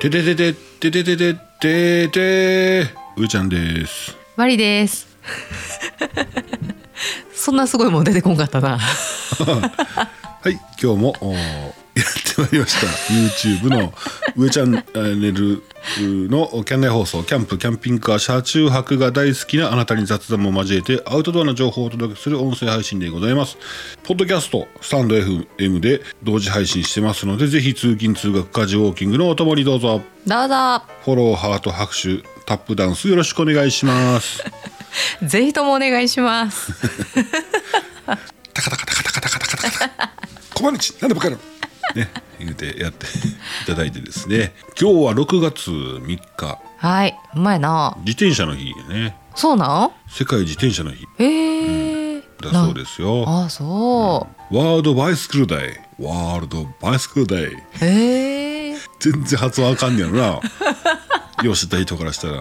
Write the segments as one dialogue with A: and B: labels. A: ててててててててててうーちゃんです。
B: マリです。 そんなすごいもん出てこんかったな。
A: はい、今日もおーやってまいりました。YouTube の上チャンネルのキャン内放送、キャンプ、キャンピングカー、車中泊が大好きなあなたに雑談も交えてアウトドアの情報をお届けする音声配信でございます。ポッドキャスト、スタンド FM で同時配信してますので、ぜひ通勤、通学、家事、ウォーキングのお供にどうぞ。
B: どうぞ。
A: フォロー、ハート、拍手、タップダンスよろしくお願いします。
B: ぜひともお願いします。
A: タカタカタカタカタカタカタカタコマネチなんでばっかり なのね言うてやっていただいてですね今日は6月3日
B: はい、うまいな。
A: 自転車の日ね
B: そうなん？
A: 世界自転車の日
B: ええ
A: だそうですよ
B: あ、そ
A: ワールドバイスクルデイワールドバイスクルデイ
B: う。ええ
A: 全然発音あかんねやろ なよしてた人からしたら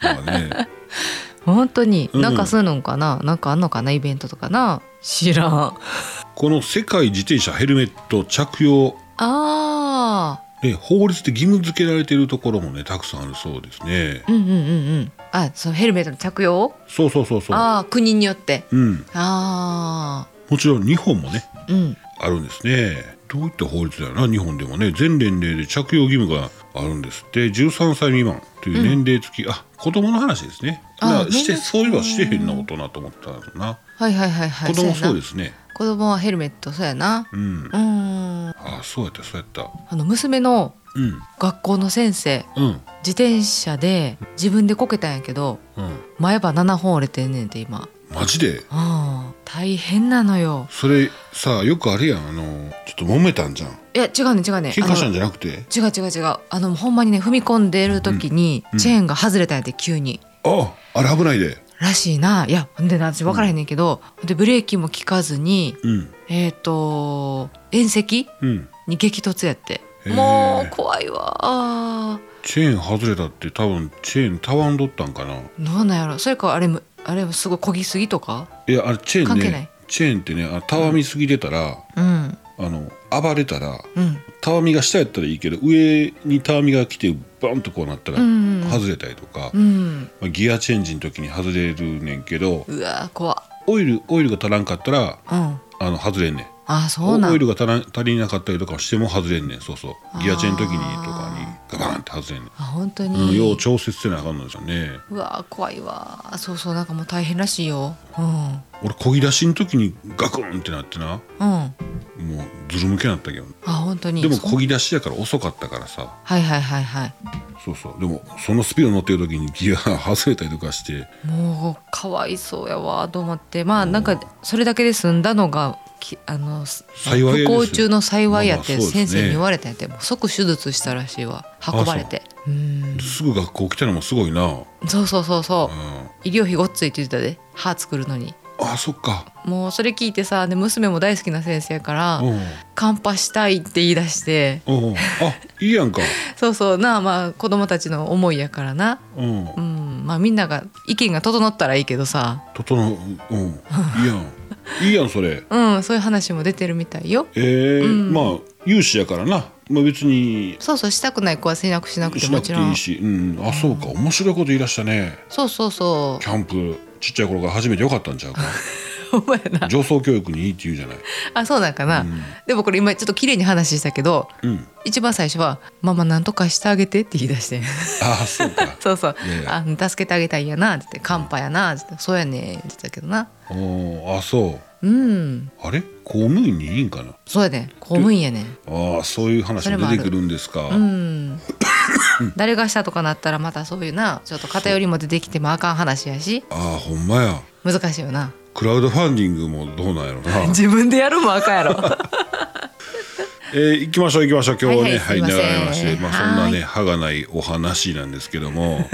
A: まあね
B: 本当に、
A: うん
B: なんかそういうのかな、なんかあんのかなイベントとかな。知らん。 あ
A: この世界自転車ヘルメット着用
B: あ
A: ね法律で義務付けられているところもねたくさんあるそうですね
B: ー。うんうんうんうん。あ、そのヘルメットの着用？
A: そうそうそうそう
B: ああ、国によって。
A: うん
B: あ
A: もちろん日本もね
B: あ、うん。
A: あるんですねどういった法律だよな日本でもね全年齢で着用義務があるんですって13歳未満という年齢付き、あ子供の話ですね
B: あ
A: なして
B: 年齢付き
A: そういえばしてへんな大人と思ったんだな、
B: はいはいはいはい。
A: 子供
B: や
A: そ
B: な
A: うですね
B: 子供はヘルメットそうやな。
A: うん
B: うん。
A: あそうやったそうやった
B: あの娘の
A: うん
B: 学校の先生
A: うん
B: 自転車で自分でこけたんやけど
A: うん
B: 前歯7本折れてんねんて今
A: マジで
B: ああ大変なのよ
A: それさよくあれやんあのちょっと揉めたんじゃん
B: いや違うね違うね
A: 喧嘩した
B: あ
A: ん
B: の
A: じゃなくて
B: 違う違う違うあのほんまにね踏み込んでる時に
A: うん
B: チェーンが外れたんやって急に、
A: ああれ危ないで
B: らしいないやほんでな私分からへんねんけど、ほんでブレーキも効かずに
A: うん
B: えっ、と縁石
A: うん
B: に激突やって
A: へえ
B: もう怖いわあ
A: チェーン外れたって多分チェーンたわんどったんかな
B: ーどうなんやろそれかあれもあれもすごいこぎすぎとか
A: いやあれチェーン
B: 関係ない
A: ねチェーンってねあたわみすぎてたら、
B: うん
A: あの暴れたら
B: うん
A: たわみが下やったらいいけど上にたわみが来てバンとこうなったら
B: うんうん
A: 外れたりとか、
B: うん、
A: まあギアチェンジの時に外れるねんけど
B: うわ怖っ
A: オイルオイルが足らんかったら
B: うんあ
A: あの外れんねん
B: あそうな
A: オイル
B: ん
A: が足らん足りなかったりとかしても外れんねんそうそうギアチェーンの時にと
B: あ
A: かにガバンって外れんね
B: あ本当
A: ん、うん、
B: に、
A: よう調節せなあかんのですよね
B: うわ怖いわそうそうなんかもう大変らしいようん
A: 俺漕ぎ出しの時にガクンってなってな
B: うんあ
A: もうずるむけになったけど
B: 本当に
A: でも
B: そ
A: 漕ぎ出しやから遅かったからさ
B: はいはいはいはい
A: そうそうでもそのスピード乗ってる時にギア 外れたりとかして
B: もうかわいそうやわと思ってまあなんかそれだけで済んだのがきあの
A: 幸いです
B: 不幸中の幸いやって
A: まあそうですね
B: 先生に言われたんやって、もう即手術したらしいわ運ばれてうん
A: すぐ学校来たのもすごいな、うん、
B: そうそうそうそう
A: あ
B: 医療費ごっついって言ってたで歯作るのに
A: そっか
B: もうそれ聞いてさで娘も大好きな先生やから
A: うん
B: カンパしたいって言い出して
A: うんあいいやんか
B: そうそうなあまあ子供たちの思いやからな
A: うん
B: うんまあみんなが意見が整ったらいいけどさ
A: 整ううんいいやんいいやんそれ
B: うんそういう話も出てるみたいよ
A: えー
B: うん
A: まあ有志やからな、まあ、別に
B: そうそうしたくない子はしなくしなくて
A: し
B: も
A: なく
B: ち
A: て
B: ろ
A: い
B: ん
A: いしうんあそうか面白いこと言い出したね
B: そうそうそ
A: キャンプちっちゃい頃から初めてよかったんちゃう か
B: うお前な
A: 上層教育にいいって言うじゃない
B: あそうなんかな、でもこれ今ちょっと綺麗に話したけど
A: うん、うん、
B: 一番最初は「ママなんとかしてあげて」って言い出して
A: ああそうか
B: そうそう
A: いやい
B: 「あ助けてあげたいんやな」って言って「カンパやな」って言って「そうやね」って言ってたけどな
A: おあそう
B: うん
A: あれ公務員にいいんかな
B: そうやね公務員やね
A: ああそういう話も出てくるんですか
B: うん 誰がしたとかなったらまたそういうなちょっと偏りも出てきてもあかん話やし
A: ああほんまや
B: 難しいよな
A: クラウドファンディングもどうなんやろな
B: 自分でやるもあかんやろ
A: えー、行きましょう行きましょう今日はね
B: は
A: はいい、
B: はいすいま
A: 長
B: せん
A: い話まあそんな
B: は
A: ね歯がないお話なんですけども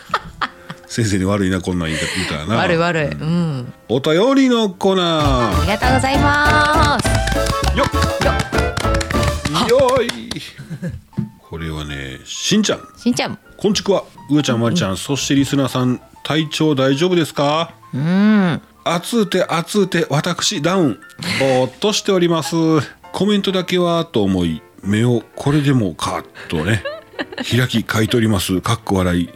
A: 先生に悪いなこんなん言い方言うたらな
B: 悪い悪いうん
A: お便りのコーナ
B: ありがとうございます
A: ーよっよよいこれはねしんちゃん
B: しんちゃん
A: こんちくわうーちゃんまりちゃん、そしてリスナーさん体調大丈夫ですか
B: うん
A: 暑うて暑うて私ダウンぼーっとしておりますコメントだけはと思い目をこれでもかとね開き買い取りますかっこ笑い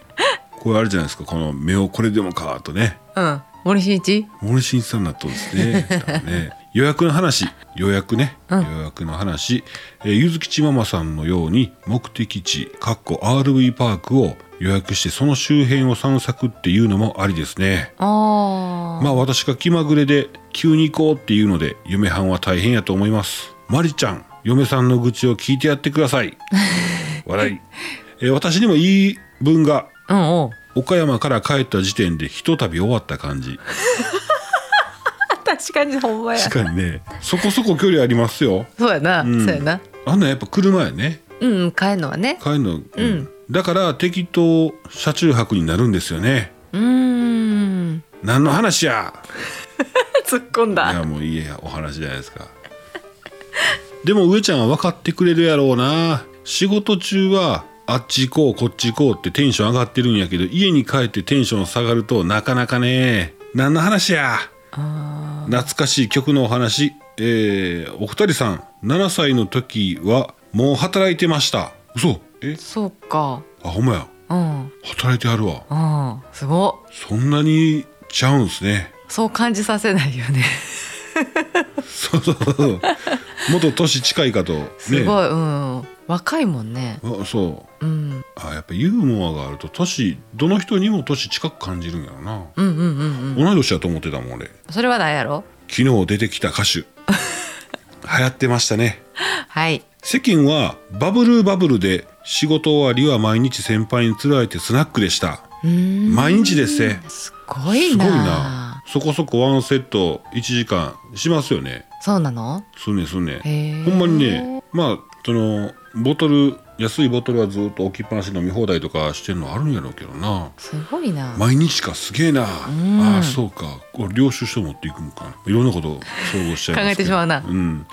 A: これあるじゃないですかこの目をこれでもかとね
B: うん森進一
A: 森進一さんだとですねだからね予約の話予約ね、
B: うん
A: 予約の話、えーゆずきちママさんのように目的地かっこ RV パークを予約してその周辺を散策っていうのもありですね
B: ああ、
A: まあ私が気まぐれで急に行こうっていうので嫁はんは大変やと思いますまりちゃん嫁さんの愚痴を聞いてやってくださ い笑い、えー私にも言い分が
B: うんうん
A: 岡山から帰った時点でひとたび終わった感じ
B: 確かにほんまや
A: 確かにねそこそこ距離ありますよ
B: そうやな、
A: ん
B: そうやな
A: あんなんやっぱ車やね
B: うんうん帰るのはね
A: 帰るの、
B: ん
A: だから適当車中泊になるんですよね
B: うーん
A: 何の話や
B: 突っ込ん
A: いやもういいやお話じゃないですかでも上ちゃんは分かってくれるやろうな仕事中はあっち行こうこっち行こうってテンション上がってるんやけど家に帰ってテンション下がるとなかなかね何の話や
B: あ
A: 懐かしい曲のお話、えーお二人さん7歳の時はもう働いてました嘘え
B: ーそうか
A: あほんまや
B: うん
A: 働いてあるわ
B: うんすごっ
A: そんなにちゃうんですね
B: そう感じさせないよね
A: そうそう そうもっと年近いかとね
B: すごい、うん若いもんね
A: あそう
B: うん
A: あやっぱユーモアがあると年どの人にも年近く感じるんやろな、
B: うんうんうんうん
A: 同い年だと思ってたもん俺
B: それは何やろ
A: 昨日出てきた歌 手流行ってましたね
B: はい
A: 世間はバブルバブルで仕事終わりは毎日先輩につられてスナックでした
B: うーん
A: 毎日ですね
B: すごい
A: す
B: な
A: ごいなそこそこワンセット1時間しますよね
B: そうなの
A: すんねんすんねん
B: へー
A: ほんまにねまあそのボトル安いボトルはずっと置きっぱなしで飲み放題とかしてるのあるんやろうけどな
B: すごいな
A: 毎日かすげえな、
B: ん
A: ああそうかこれ領収書持っていくんかいろんなことを総合しちゃいますけど
B: 考えてしまうなん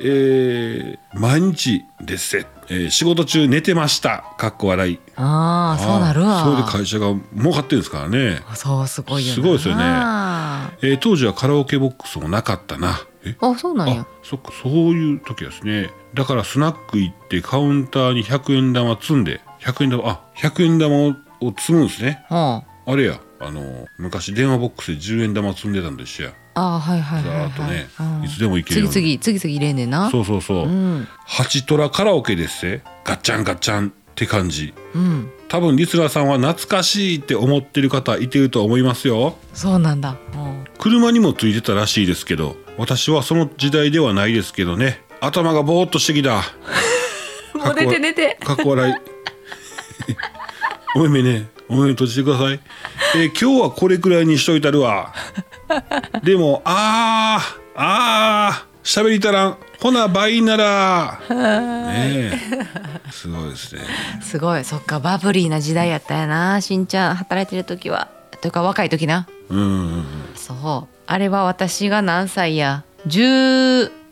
A: えー毎日ですせ、えー仕事中寝てましたかっこ笑い
B: ああそうなるわ
A: ああそれで会社が儲かってるんですからね、
B: あそうすごいよな
A: すごいですよね
B: あ
A: えー当時はカラオケボックスもなかったなえ
B: ーあそうなん
A: あ
B: や
A: そっかそういう時ですねだからスナック行ってカウンターに100円玉積んで100円玉あ100円玉をを積むんですね
B: うん
A: あれやあの昔電話ボックスで10円玉積んでたんと一緒や
B: あーはいはい
A: ざ
B: はい、
A: ー
B: はい、
A: っとね、
B: うん
A: いつでも行けるように
B: 次々次々入れんねんな
A: そうそうそう、
B: うん
A: 八トラカラオケですせガッチャンガッチャンって感じ
B: うん
A: 多分リスナーさんは懐かしいって思ってる方いてると思いますよ
B: そうなんだうん
A: 車にもついてたらしいですけど私はその時代ではないですけどね頭がぼーっとしてきた
B: もう寝て寝て
A: かっこ笑いお目目ねお目目閉じてください、えー今日はこれくらいにしといたるわでもあーあー喋りたらんほな倍ならねえすごいですね
B: すごいそっかバブリーな時代やったやなしんちゃん働いてる時はというか若い時な
A: うんうんうん
B: そうあれは私が何歳や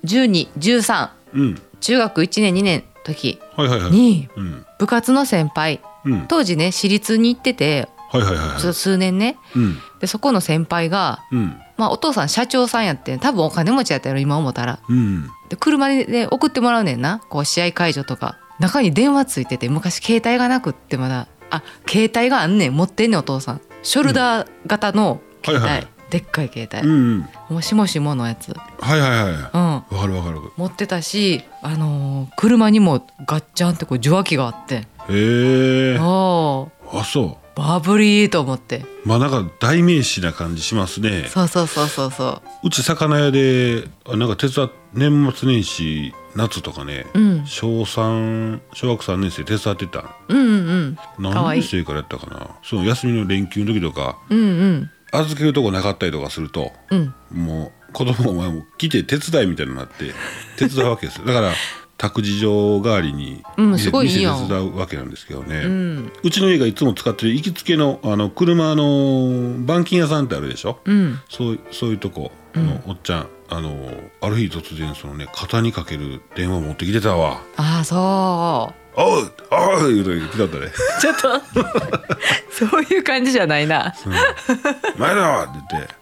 B: 101213
A: うん
B: 中学1年2年の時
A: はいはいはい
B: に
A: うん
B: 部活の先輩
A: うん
B: 当時ね私立に行ってて
A: はいはいはいは
B: ちょ
A: い
B: 数年ね
A: うん
B: でそこの先輩が、
A: うん
B: まあ、お父さん社長さんやってん多分お金持ちやったやろ今思ったら
A: うん
B: で車で、ね、送ってもらうねんなこう試合会場とか中に電話ついてて昔携帯がなくってまだあ携帯があんねん持ってんねんお父さんショルダー型の携帯、
A: はいはい
B: でっかい
A: う
B: 携
A: ん
B: 帯、
A: うん
B: もしもしものやつ、
A: はいはいはいわ
B: うん、
A: かるわかるわか
B: 持ってたし、あのー車にもガッチャンってこう受話器があって
A: るへえ
B: おー
A: あそ
B: バブリーと思って
A: うまあなんか代名詞な感じしますね
B: そうそうそうそうそう
A: ち魚屋であなんか手伝っ年末年始夏とかね、
B: う、うん、
A: 小3小学3年生手伝ってた
B: うんうんうんかわ
A: 何
B: いい
A: 年生からやったかなその休みの連休の時とか
B: うんうん
A: 預けるとこなかったりとかすると
B: うん
A: もう子供お前も来て手伝いみたいになって手伝うわけですよだから託児所代わりに
B: うん
A: 店,、
B: すごいいいや
A: 手
B: ん
A: 伝うわけなんですけどね、う
B: う
A: んちの家がいつも使ってる行きつけのあの車の板金屋さんってあるでしょ、
B: うん
A: そうそういうとこあの、おっちゃんあのある日突然そのね肩にかける電話持ってきてたわ
B: ああそう
A: 「おうおう!」言うと言ってたね
B: ちょっ とそういう感じじゃないな。
A: 「前だわ!」って言って、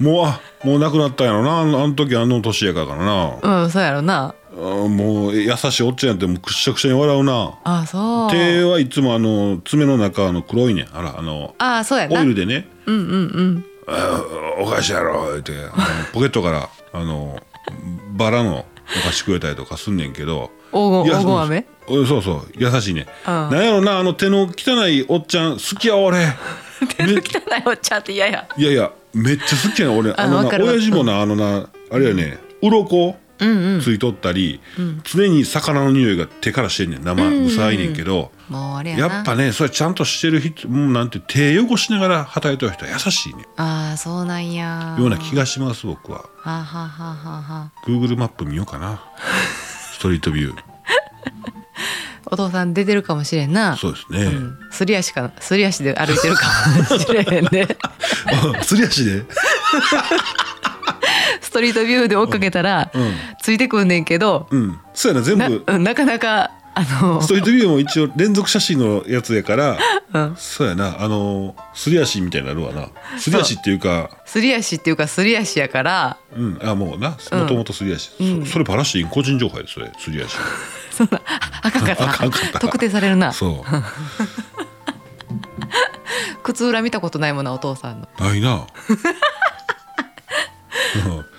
A: うん、もうあもう亡くなったんやろなあのあの時あの年やからかな
B: うん、そうやろな。
A: あーもう優しいおっちゃんやってもうくっしゃくしゃに笑うな
B: ああそう
A: 手はいつもあの爪の中あの黒いねんあらあの
B: ああそうやな
A: オ
B: う
A: イル
B: ん
A: でね
B: うんうん
A: 「あーお菓子やろ」言ってあのポケットからあのバラのお菓子くれたりとかすんねんけど
B: 黄金
A: いや
B: 黄金飴
A: そうそうそう優しいね
B: ああ
A: なんやろなあの手の汚いおっちゃん好きや俺
B: 手の汚いおっちゃんって嫌や
A: いやいやめっちゃ好きやね俺あの
B: わ
A: な
B: かるわかる
A: 親父もなあのなあれやね鱗
B: うんうん
A: ついとったり、常に魚の匂いが手からしてんねん生臭いねんけど、
B: もうあれやな
A: やっぱねそれちゃんとしてる人もうなんて手汚しながら働いてる人は優しいね
B: ああそうなんや
A: ような気がします僕は
B: はあはあはあはあはあ
A: Google マップ見ようか なストリートビュー
B: お父さん出てるかもしれんな
A: そうですね、
B: うんすり足かなすり足で歩いてるかもしれへん ね
A: すり足で、うん、
B: ストリートビューで追っかけたら、ついてくんねんけど、
A: うんそうやな全
B: な
A: 部
B: うんなかなかあの
A: ストリートビューも一応連続写真のやつやから
B: うん
A: そうやなあのすり足みたいになるわなすり足っていうか
B: すり足っていうかすり足やから
A: うんあもうな
B: うん
A: もともとすり足、そ
B: うん
A: それバラしていいん個人情報やでそれすり足
B: そんなああかんかっ
A: あかんかったた
B: 特定されるな
A: そ
B: 靴裏見たことないもんなお父さんの、
A: うないな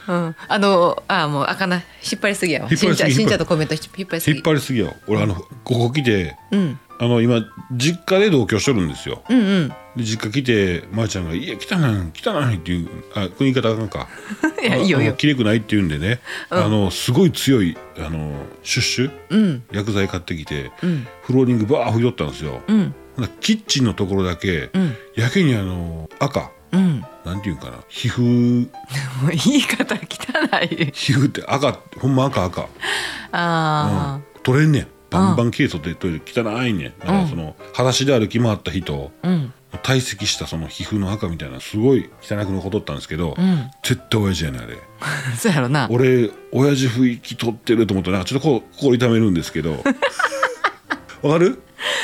A: うん
B: うん、あのあもうあかんな引っ張りすぎやわ
A: 引っ張
B: しん
A: り
B: ち
A: す
B: ゃん
A: ぎ
B: しんちゃ
A: 引っ張り
B: んとコメント引っ張りすぎ
A: 引っ張りすぎよ俺あのここ来て
B: うん
A: あの今実家で同居しとるんですよ
B: うんうん
A: で実家来てまー、ちゃんが「いや汚い汚い」っていうあこの言い方あかんか
B: いやいいよいい
A: あの
B: よ
A: きれくないっていうんでね、
B: うん
A: あのすごい強いあのシュッシュ
B: うん
A: 薬剤買ってきて、
B: うん
A: フローリングバー拭いとったんですよ、
B: うん
A: ほなキッチンのところだけ、
B: うん
A: やけにあの赤
B: うんも
A: なんていうんかな皮膚
B: う言い方汚い
A: 皮膚って赤ほんま赤赤、う
B: あ
A: ん、取れんねんバンバン切れとって取れて汚いねんだか
B: うん
A: らその裸足で歩き回った人
B: あうん
A: 堆積したその皮膚の赤みたいなすごい汚く残っとったんですけど、
B: うん
A: 絶対親父やねんあれ
B: そうやろな
A: 俺親父拭き取ってると思ったらなんかちょっとこう心痛めるんですけ どわかる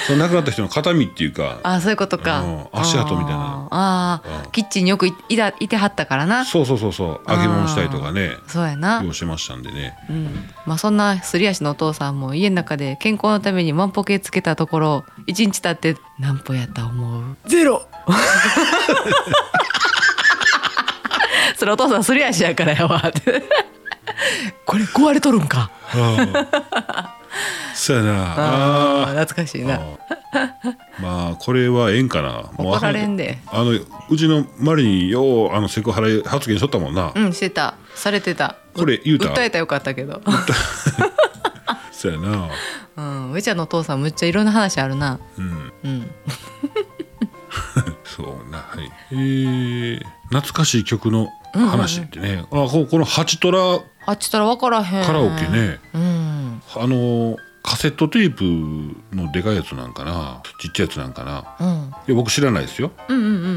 A: その亡くなった人の形見っていうか
B: あそういうこと
A: うん
B: か
A: 足跡みたいな
B: あーあー
A: うん
B: キッチンによくいいたいてはったからな
A: そうそうそうそう揚げ物したりとかね
B: そうやな
A: ようしてましたんでね
B: うんまあ、そんなすり足のお父さんも家の中で健康のために万歩計つけたところ一日経って何歩やった思うゼロ それお父さんすり足やからやわって これ壊れとるんか
A: あ ーそうやな
B: あ
A: あー
B: ー懐かしいな
A: うんまあこれはええんかなもう
B: 怒られんで
A: あのうちのマリにようあのセクハラ発言しとったもんな、
B: うんしてたされてた
A: これ言うた
B: 訴えたらよかったけど
A: そうやな
B: うん上ちゃんのお父さんむっちゃいろんな話あるな
A: うん
B: うん
A: そうなはいえー懐かしい曲の話ってね、あここの「ハチトラ
B: あっちたら分からへん
A: カラオケね
B: うん」
A: あのカセットテープのでかいやつなんかなちっちゃいやつなんかな
B: うん
A: いや僕知らないですよ
B: うんうんうんうんう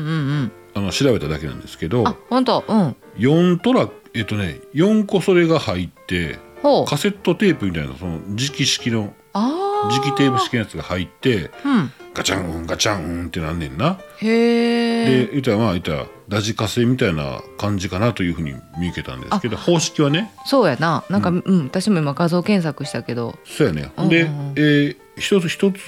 B: ん
A: あの調べただけなんですけど
B: あ本当うん
A: 4トラえっとね4個それが入って
B: ほう
A: カセットテープみたいなその磁気式の
B: あ
A: 磁気テープ式のやつが入って
B: うん
A: ガチャンうんガチャンうんってなんねんな。
B: へ
A: で
B: え
A: 言ったらまあ言ったらラジカセみたいな感じかなというふうに見受けたんですけど方式はね
B: そうやななんか、うん私も今画像検索したけど
A: そうやね。
B: うんうん
A: で、えー一つ一つ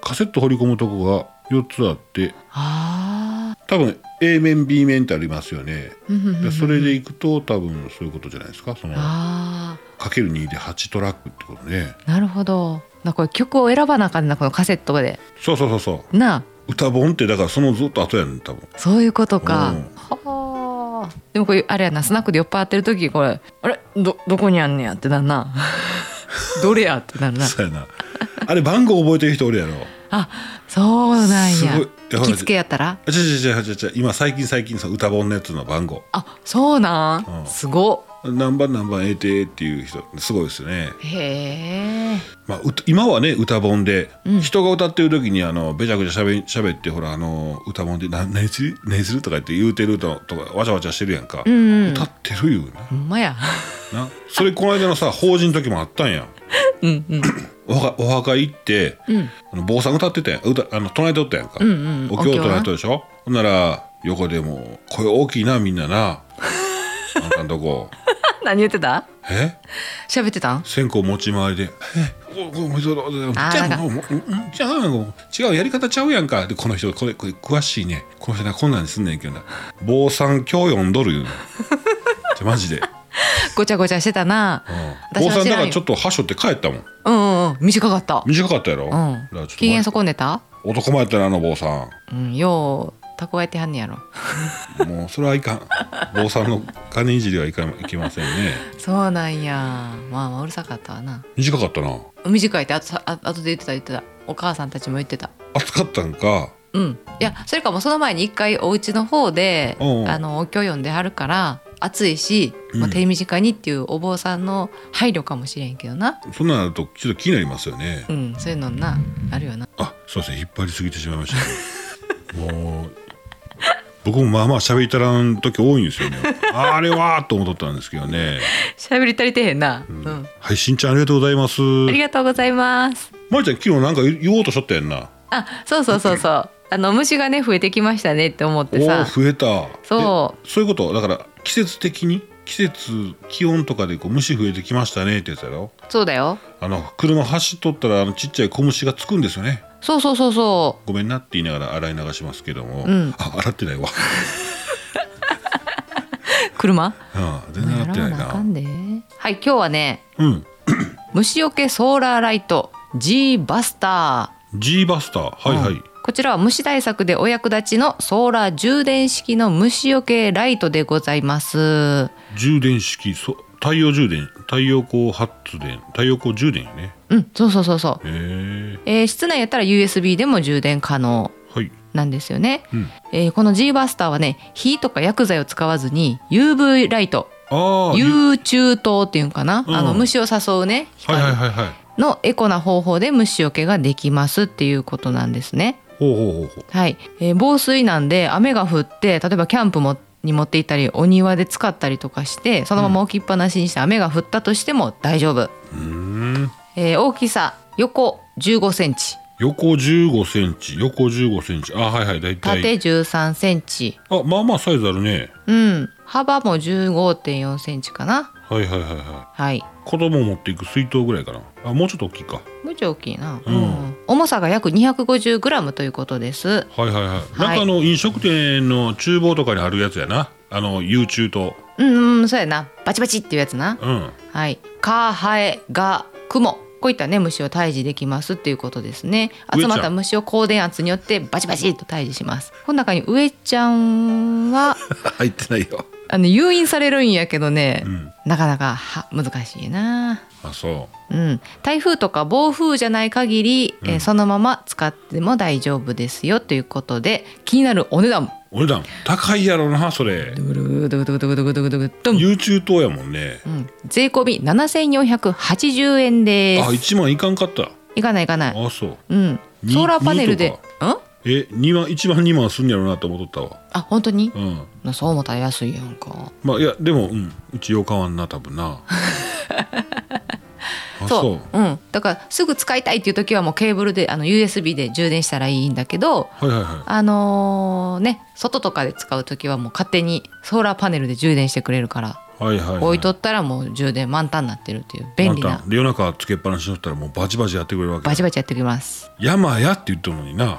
A: カセット掘り込むとこが4つあって
B: ああ
A: 多分 A 面 B 面ってありますよね。でそれ
B: で
A: でいくと多分そういうことじゃないですかそのか
B: あ
A: ける2で8トラックってことね。
B: あなるほどなこれ曲を選ばなあかんなこのカセットで
A: そうそうそうそう
B: な
A: 歌本ってだからそのずっと後やねん多分。
B: あそういうことか、
A: うん
B: はあでもこれあれやなスナックで酔っ払ってる時これあれどどこにあんねやってな るなどれやってなるな
A: そうやな。あれ番号覚えてる人おるやろ。
B: あそうなん
A: すご
B: や
A: いいや
B: 行
A: ほら
B: きつけやったら
A: あちゃちゃちゃちゃちゃ今最近最近その歌本のやつの番号
B: あそうなん、
A: うん
B: すごっ
A: 何番何番ええてっていう人すごいですよね、
B: へえ
A: まあ、うた今はね歌本で、
B: うん
A: 人が歌ってる時にあのべちゃくちゃしゃべしゃべってほらあの歌本で「な何する何する?」とか言って言うてるととかわちゃわちゃしてるやんか、
B: うんうん
A: 歌ってるいうな
B: ほんまや
A: なそれこの間のさ法事の時もあったんや
B: うんうん
A: お墓お墓行って、
B: うん
A: あの坊さん歌ってたやん歌あの唱えとったやんか、
B: うんうん
A: お経を唱え
B: な
A: とるでしょほんなら 横でもう声大きいなみんななあんたんとこ。
B: 何言ってた
A: え
B: 喋ってたん
A: 線香持ち回りで「えおおおそろじ
B: あー
A: ゃあ
B: なんか
A: もううんじゃあもう違うやり方ちゃうやんか」でこの人これこれ詳しいねこの人なこんなんにすんねんけどな坊さん今日4ドル 言うのじゃマジで、うん
B: ごちゃごちゃしてたな、私
A: 坊
B: は
A: さん
B: 知
A: だか
B: らん
A: ら
B: よ
A: ちょっとはしょって帰ったもん
B: うんうんうん短かった
A: 短かったやろ、だから
B: うん
A: ちょっと
B: 機嫌損ねた
A: 男前やったなあの坊さ
B: うんよう蓄えてはんねやろ
A: んもうそれはい かん坊さんの金いじりはいかんいきませんね
B: そうなんやまあまあうるさかったわな
A: 短かったな
B: 短いってあとさああとで言ってた言ってたお母さんたちも言ってた
A: 暑かったんか
B: うんいやそれかもその前に一回お家の方で
A: おう
B: あのお経読んではるから暑いし、ま
A: う
B: あ、
A: ん
B: 手短にっていうお坊さんの配慮かもしれんけどな
A: そんなんあるとちょっと気になりますよね
B: うんそういうのなあるよな
A: あ、そうですね、引っ張りすぎてしまいました、ね。 もう。僕もまあまあ喋りたらん時多いんですよね。 あれはと思っとったんですけどね。
B: 喋り足りてへんな、う
A: うんんはい、しんちゃんありがとうございます。
B: あり
A: ま
B: がとうございます
A: いちゃん、昨日なんか言おうとしとったやんな。
B: あそうそうそう そうあの虫がね増えてきましたねって思
A: お
B: って
A: お
B: さ
A: ー、増えた。。
B: そう
A: そういうこと、だから、季節的に、季節、気温とかで、こう虫増えてきましたねってやつやろ。
B: そうだよ
A: あの、車走っとったら、あの、ちっちゃい小虫がつくんですよね。
B: そうそうそうそ
A: ごめんなって言いながら、洗い流しますけども。
B: うん
A: あ、洗ってないわ。
B: う車
A: うん、全然洗ってない
B: やらなあか
A: な。
B: んではい今日はね
A: うん。
B: 虫除けソーラーライト G バスタ
A: G バスター、
B: ー、
A: はいはい。
B: うんこちらは虫対策でお役立ちのソーラー充電式の虫除けライトでございます
A: 充電式そ太陽充電太陽光発電太陽光充電やね
B: うんそうそうそうそう、
A: へえ
B: えー室内やったら USB でも充電可能
A: はい
B: なんですよね、
A: うん
B: えーこの G バスターはね火とか薬剤を使わずに UV ライト
A: ああゆ
B: U 中灯っていうんかな、
A: うん
B: あの虫を誘うね
A: はい
B: 光
A: はいはいはい
B: のエコな方法で虫除けができますっていうことなんですね。
A: ほうほうほうほう
B: はい、えー防水なんで雨が降って例えばキャンプもに持っていったりお庭で使ったりとかしてそのまま置きっぱなしにして雨が降ったとしても大丈夫、
A: うーん
B: えー大きさ横15センチ
A: 横15センチ横15センチあはいはいだいた
B: 縦
A: い
B: 13センチ、
A: あまあまあサイズあるね
B: うん、幅も15.4センチかな
A: はいはいはいは
B: はい
A: い子供持っていく水筒ぐらいかなあもうちょっと大きいか
B: 無常大きいな、
A: うん
B: 重さが約 250g ということです
A: はいはいはい、なんかあの飲食店の厨房とかにあるやつやなあの U 中と
B: うんうんそうやなバチバチっていうやつな
A: うん
B: はい、蚊ハエガクモこういったね虫を退治できますっていうことですね
A: 上ち
B: 集
A: ゃん
B: まった虫を高電圧によってバチバチっと退治しますこの中に上ちゃんは
A: 入ってないよ
B: あの誘引されるんやけどね、
A: うん
B: なかなかは難しいな
A: あそ
B: うん、台風とか暴風じゃない限り、えー
A: うん
B: そのまま使っても大丈夫ですよということで気になるお値段
A: うお値段高いやろなそれ
B: ドゥルドゥルドゥルドゥルドゥルドゥルドゥルドゥン
A: U 中とやもんね
B: うん、税込み7480円で
A: あ
B: す
A: 一万いかんかった。
B: いかないいかない
A: あそう。
B: うん、
A: に
B: ソーラーパネルで。
A: に
B: ん
A: とえ二万一万二万すんやろうなと思っとったわ。
B: あ、本当に。
A: うん。
B: なそう思ったら安いやんか。
A: まあいやでもうんうちよう買わんな多分 な。あそう
B: う。うん、だから、すぐ使いたいっていう時は、もうケーブルで、あの U. S. B. で充電したらいいんだけど。
A: はいはいは
B: あのーね、外とかで使う時は、もう勝手にソーラーパネルで充電してくれるから。
A: い。はいはい、はい。
B: 置いとったら、もう充電満タンになってるっていう便利
A: あん
B: な
A: た。で夜中つけっぱなしにしとったらもうバチバチやってくれるわけ。
B: バチバチやってきます。
A: 山やって言ったのに な。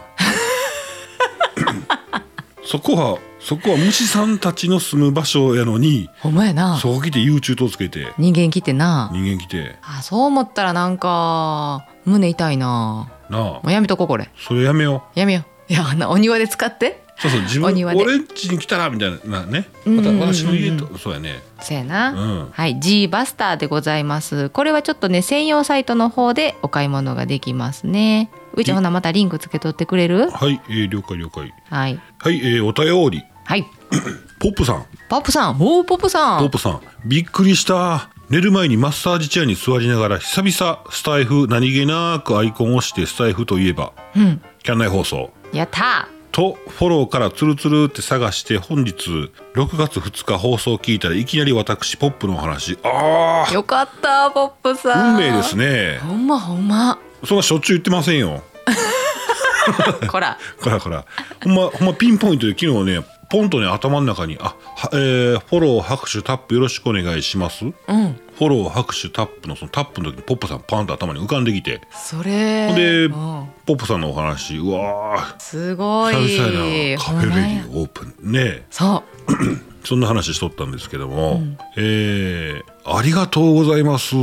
A: そこはそこは虫さんたちの住む場所やのに、
B: ほんまやな。
A: そこ来て U 中とつけて
B: 人間来てな。
A: 人間来て
B: あ、そう思ったら、なんか胸痛いな。
A: なあ
B: もうやめとこう、これ。
A: それやめよう。
B: やめよう。いや、あんなお庭で使って。
A: そうそう自
B: お
A: 分
B: 庭で
A: 俺ん家に来たらみたいなね
B: うん
A: また私の家とそうやね
B: そうやな、
A: うん
B: はい G バスターでございますこれはちょっとね専用サイトの方でお買い物ができますねういちゃ
A: い
B: んほなまたリンクつけとってくれる
A: はい、えー了解了解
B: はい
A: はい、えーお便り
B: はい
A: ポップさん
B: ポップさんおーポップさ
A: ポッ
B: ん
A: プさんびっくりした寝る前にマッサージチェアに座りながら久々スタイフ何気なくアイコンを押してスタイフといえば
B: うん
A: キャンナイ放送
B: やった
A: とフォローからツルツルって探して本日6月2日放送を聞いたらいきなり私ポップのお話あ
B: ーよかったポップ
A: あ
B: さ
A: 運
B: ん
A: 命です
B: ね
A: ね
B: ほんまほん ま
A: そんなしょっちゅう言ってませんよ
B: こら
A: こらこらほんまほんまピンポイントで昨日ねポンとね頭の中に「あはえーフォロー拍手タップよろしくお願いします」フ
B: うん
A: フォロー拍手タップのそのタップの時にポップさんパンと頭に浮かんできて
B: それ
A: ほんで
B: うん
A: ポップさんのお話うわ
B: す
A: ー
B: ごい
A: 久々やなカフェレディオープンね
B: そう
A: そんな話しとったんですけども、えーありがとうございます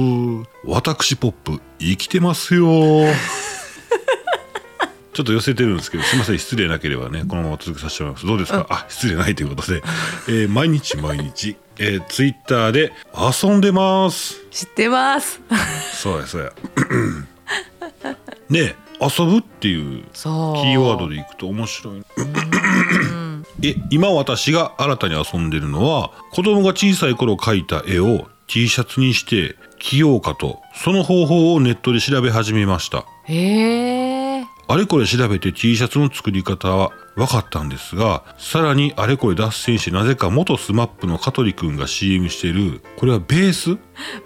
A: 私ポップ生きてます よちょっと寄せてるんですけどすいません失礼なければねこのまま続けさせてもらいますどうですか、あ失礼ないということで、えー毎日毎日、えツイッター Twitter で遊んでます
B: 知ってます
A: そうやそう やねえ遊ぶっていう
B: そう
A: キーワードでいくと面白い。え今私が新たに遊んでるのは子供が小さい頃描いた絵を T シャツにして着ようかとその方法をネットで調べ始めました
B: へえ
A: あれこれ調べて T シャツの作り方は分かったんですがさらにあれこれ脱線してなぜか元 SMAP の香取君が CM してるこれはベース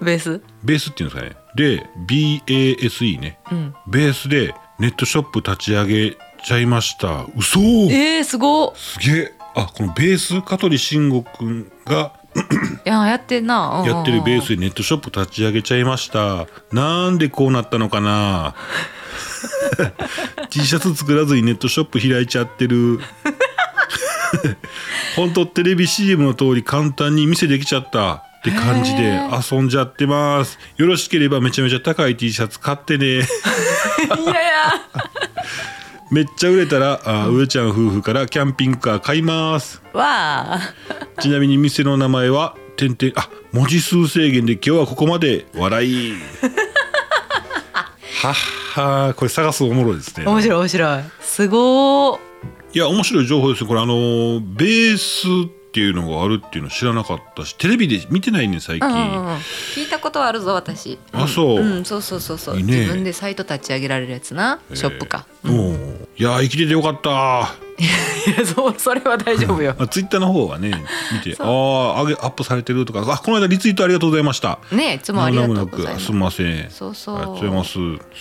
B: ベース
A: ベースっていうんですかねで BASE ね、
B: うん
A: ベースでネットショップ立ち上げちゃいました嘘
B: えー、すご
A: すげえあこのベース香取慎吾くんが
B: いややってんな、うんうんうん
A: やってるベースでネットショップ立ち上げちゃいましたなんでこうなったのかな T シャツ作らずにネットショップ開いちゃってる本当テレビ CM の通り簡単に店できちゃったって感じで
B: へ
A: 遊んじゃってますよろしければめちゃめちゃ高い T シャツ買ってね
B: いやいや
A: めっちゃ売れたらあ上ちゃん夫婦からキャンピングカー買います
B: わあ
A: ちなみに店の名前は点々あ文字数制限で今日はここまで笑い はっはーこれ探すのおもろいですね
B: 面白い面白いすごー
A: いや面白い情報ですよこれあのーベースっていうのがあるっていうの知らなかったしテレビで見てないね最
B: う
A: 近、
B: んうんうん、聞いたことはあるぞ私
A: あそうん
B: んそうそうそうそう
A: いいね
B: 自分でサイト立ち上げられるやつなショップか、
A: えーうんいやー生きててよかった
B: いや そうそれは大丈夫よ
A: まあ、ツイッターの方はね見てああー上げアップされてるとかあこの間リツイートありがとうございました
B: ねいつもありがとうござ
A: な
B: います
A: すみません
B: そうそう
A: ありがとうございます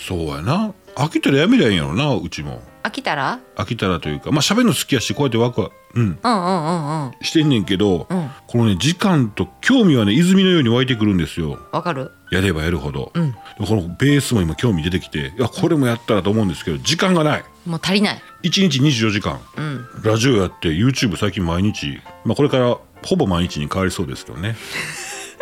A: そうやな飽きたらやめりゃいいんやろなうちも
B: 飽きたら
A: 飽きたらというかまあ喋るの好きやしこうやってワクワク、うん、
B: うんうんうんうん
A: してんねんけど、
B: うん
A: このね時間と興味はね泉のように湧いてくるんですよ
B: わかる
A: やればやるほど、
B: ん
A: でこのベースも今興味出てきていやこれもやったらと思うんですけど時間がない
B: もう足りない
A: 1日24時間
B: うん
A: ラジオやって YouTube 最近毎日、まあ、これからほぼ毎日に変わりそうですけど ね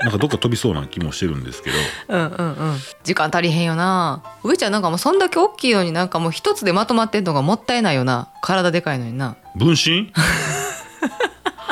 A: なんかどっか飛びそうな気もしてるんですけど
B: うんうんうん時間足りへんよな上ちゃんなんかもうそんだけ大きいのになんかもう一つでまとまってんのがもったいないよな体でかいのにな
A: 分身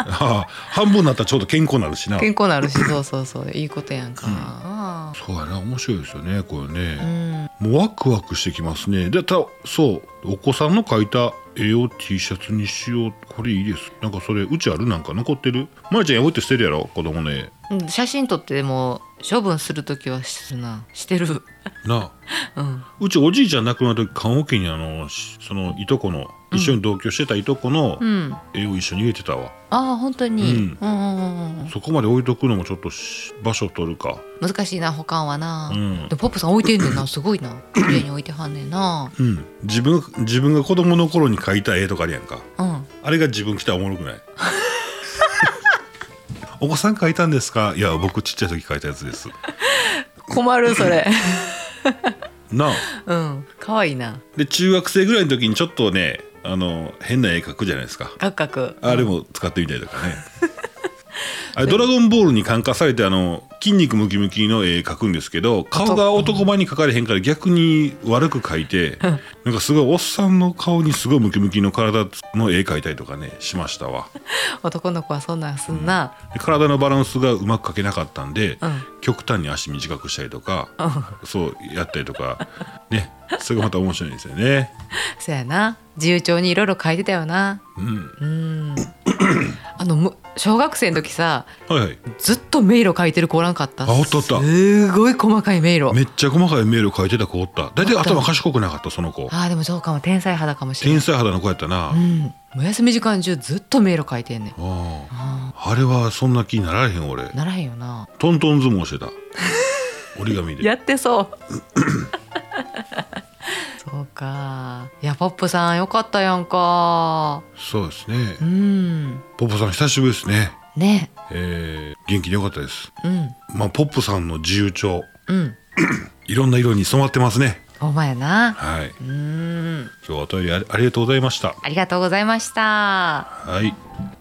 A: ああ半分になったらちょうど健康になるしな
B: 健康なるし そうそうそういいことやんか、あ
A: そうやな面白いですよねこれ
B: あう
A: ね、
B: ん
A: もうワクワクしてきますねでたそうお子さんの描いた絵を T シャツにしようこれいいですなんかそれうちあるなんか残ってるまりちゃん破って捨てるやろ子供の絵
B: うん写真撮ってでも処分するときはするなしてる
A: なあ
B: うん
A: うちおじいちゃん亡くなる時棺桶にあのしそのいとこの一緒に同居してたいとこの
B: うんあ
A: 絵を一緒に入れてたわ、
B: あ本当に、うん、うんうんうん
A: そこまで置いとくのもちょっとし場所取るか
B: 難しいな保管はな、
A: うん
B: でもポップさん置いてんねんなすごいな綺麗に置いてはんねんな
A: うん自分自分が子供の頃に描いた絵とかあるやんか
B: うん
A: あれが自分来たらおもろくない お子さん描いたんですかいや僕ちっちゃい時描いたやつです
B: 困るそれ
A: なあ
B: うん可愛いな
A: で中学生ぐらいの時にちょっとねあの変な絵描くじゃないですか
B: カクカク
A: あれも使ってみたりとかねあれドラゴンボールに感化されてあの筋肉ムキムキの絵描くんですけど顔が男前に描かれへんから逆に悪く描いてなんかすごいおっさんの顔にすごいムキムキの体の絵描いたりとかねしましたわ
B: 男の子はそんなんすんな、
A: で体のバランスがうまく描けなかったんで、
B: うん
A: 極端に足短くしたりとか、そうやったりとかねそれがまた面白いんですよね
B: そやな自由帳にいろいろ書いてたよな
A: うん
B: うんあのむ小学生の時さ
A: はいはい
B: ずっと迷路書いてる子おらんかった
A: あおったおった
B: すごい細かい迷路
A: めっちゃ細かいメール描いてた子おった大体頭賢くなかったその子
B: あーでもそうかも天才肌かもしれな
A: 天
B: い
A: 才肌の子やったな、
B: うんもう休み時間中ずっと迷路書いてんねん
A: ああ
B: あ
A: あれはそんな気になられへん俺
B: ーならへんよな
A: トントン相撲してた折り紙で
B: やってそう そうかいやポップさんよかったやんか
A: そうですね
B: うん
A: ポポさん久しぶりですね
B: ね
A: えー元気でよかったです、
B: うん
A: まあ、ポップさんの自由帳
B: うん
A: いろんな色に染まってますね
B: ほんまやな
A: はい
B: うん
A: 今日はお便りありありがとうございました
B: ありがとうございました
A: はい。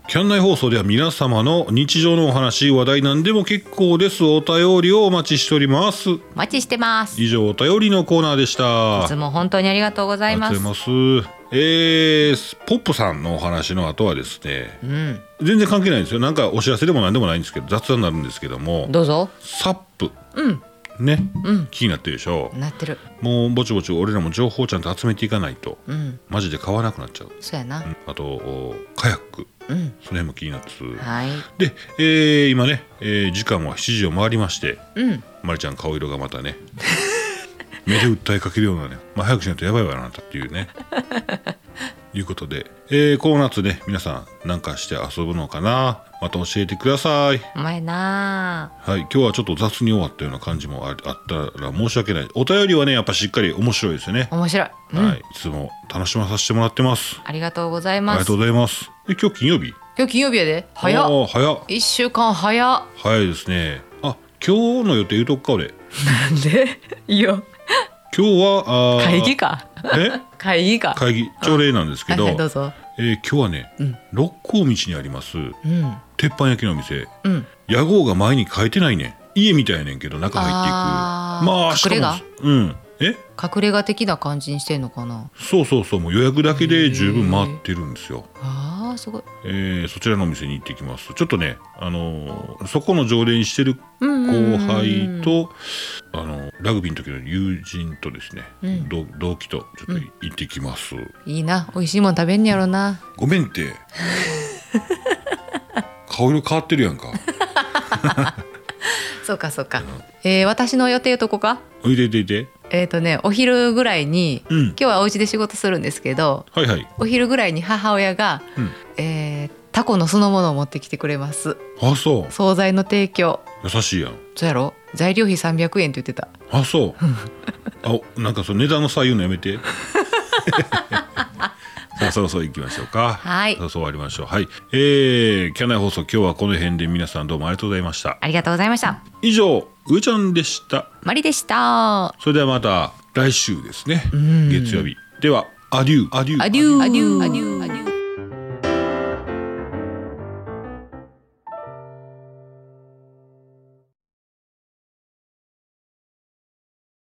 A: キャン内放送では皆様の日常のお話、話題なんでも結構です。お便りをお待ちしております。
B: お待ちしてますい
A: 以上、お便りのコーナーでした。
B: つも本当にありがとうございます
A: ありがとうございます。えー、ポップさんのお話の後はですね、
B: うん
A: 全然関係ないんですよ。なんかお知らせでも何でもないんですけど、雑談になるんですけども、
B: どうぞ
A: サップ。
B: うん
A: ね、
B: うん
A: 気になってるでしょ
B: なってる
A: もうぼちぼち俺らも情報をちゃんと集めていかないと
B: うん
A: マジで買わなくなっちゃう、
B: そうやな
A: うんあとおカヤック
B: うん
A: その辺も気になってす
B: はい
A: で、えー今ね、えー時間は7時を回りまして
B: うん
A: まりちゃん顔色がまたね 目で訴えかけるようなね、まあ、早くしないとやばいわよあなたっていう ねいうことで、えー、この夏ね皆さんなんかして遊ぶのかなまた教えてください
B: お前な
A: はい今日はちょっと雑に終わったような感じもああったら申し訳ないお便りはねやっぱしっかり面白いですよね、
B: 面白い、うん
A: はいいつも楽しまさせてもらってます
B: ありがとうござい
A: あり
B: ま
A: が
B: す
A: とう
B: 今
A: ございますで今日金曜日
B: 日金曜日やで早
A: あ
B: っ
A: ー早っ
B: 一週間早っ
A: 早いですねあ今日の予定言うとくか俺
B: なんでいや
A: 今日はあー
B: 会議か
A: え
B: 会議か
A: 会 議朝礼なんですけど,、
B: はいはいどうぞ
A: えー今日はね、
B: ん
A: 六甲道にあります
B: うん
A: 鉄板焼きのお店
B: うん
A: 屋号が前に書いてないね家みたいやねんけど中入っていく
B: あー
A: まあ
B: 隠れ家
A: しかもうんえ
B: 隠れ家的な感じにしてんのかな
A: そうそうそうもう予約だけで十分回ってるんですよ、
B: あーすごい
A: えーそちらのお店に行ってきますちょっとねあのーそこの常連してる
B: うんうんうん
A: 後輩とあのラグビーの時の友人とですね、
B: うん
A: 同同期とちょっと行ってきます、
B: いいな美味しいもん食べんねやろな
A: ごめんって 顔色変わってるやんか
B: そうかそうか、えー私の予定とこか
A: おいでいていて
B: えっ、とねお昼ぐらいに、
A: うん
B: 今日はお家で仕事するんですけど
A: はいはい
B: お昼ぐらいに母親が、
A: うん
B: えータコのそのものを持ってきてくれます
A: あそう
B: 惣菜の提供
A: 優しいやん
B: そうやろ材料費300円って言ってた
A: あそう あなんかその値段の差言うのやめてさあそろそろ行きましょうか
B: はい
A: そろそろ終わりましょうはいえー、キャナイ放送今日はこの辺で皆さんどうもありがとうございました
B: ありがとうございました
A: 以上上ちゃんでした
B: マリでした
A: それではまた来週ですね月曜日ではアデューアデュー
B: アデューアデューアデュー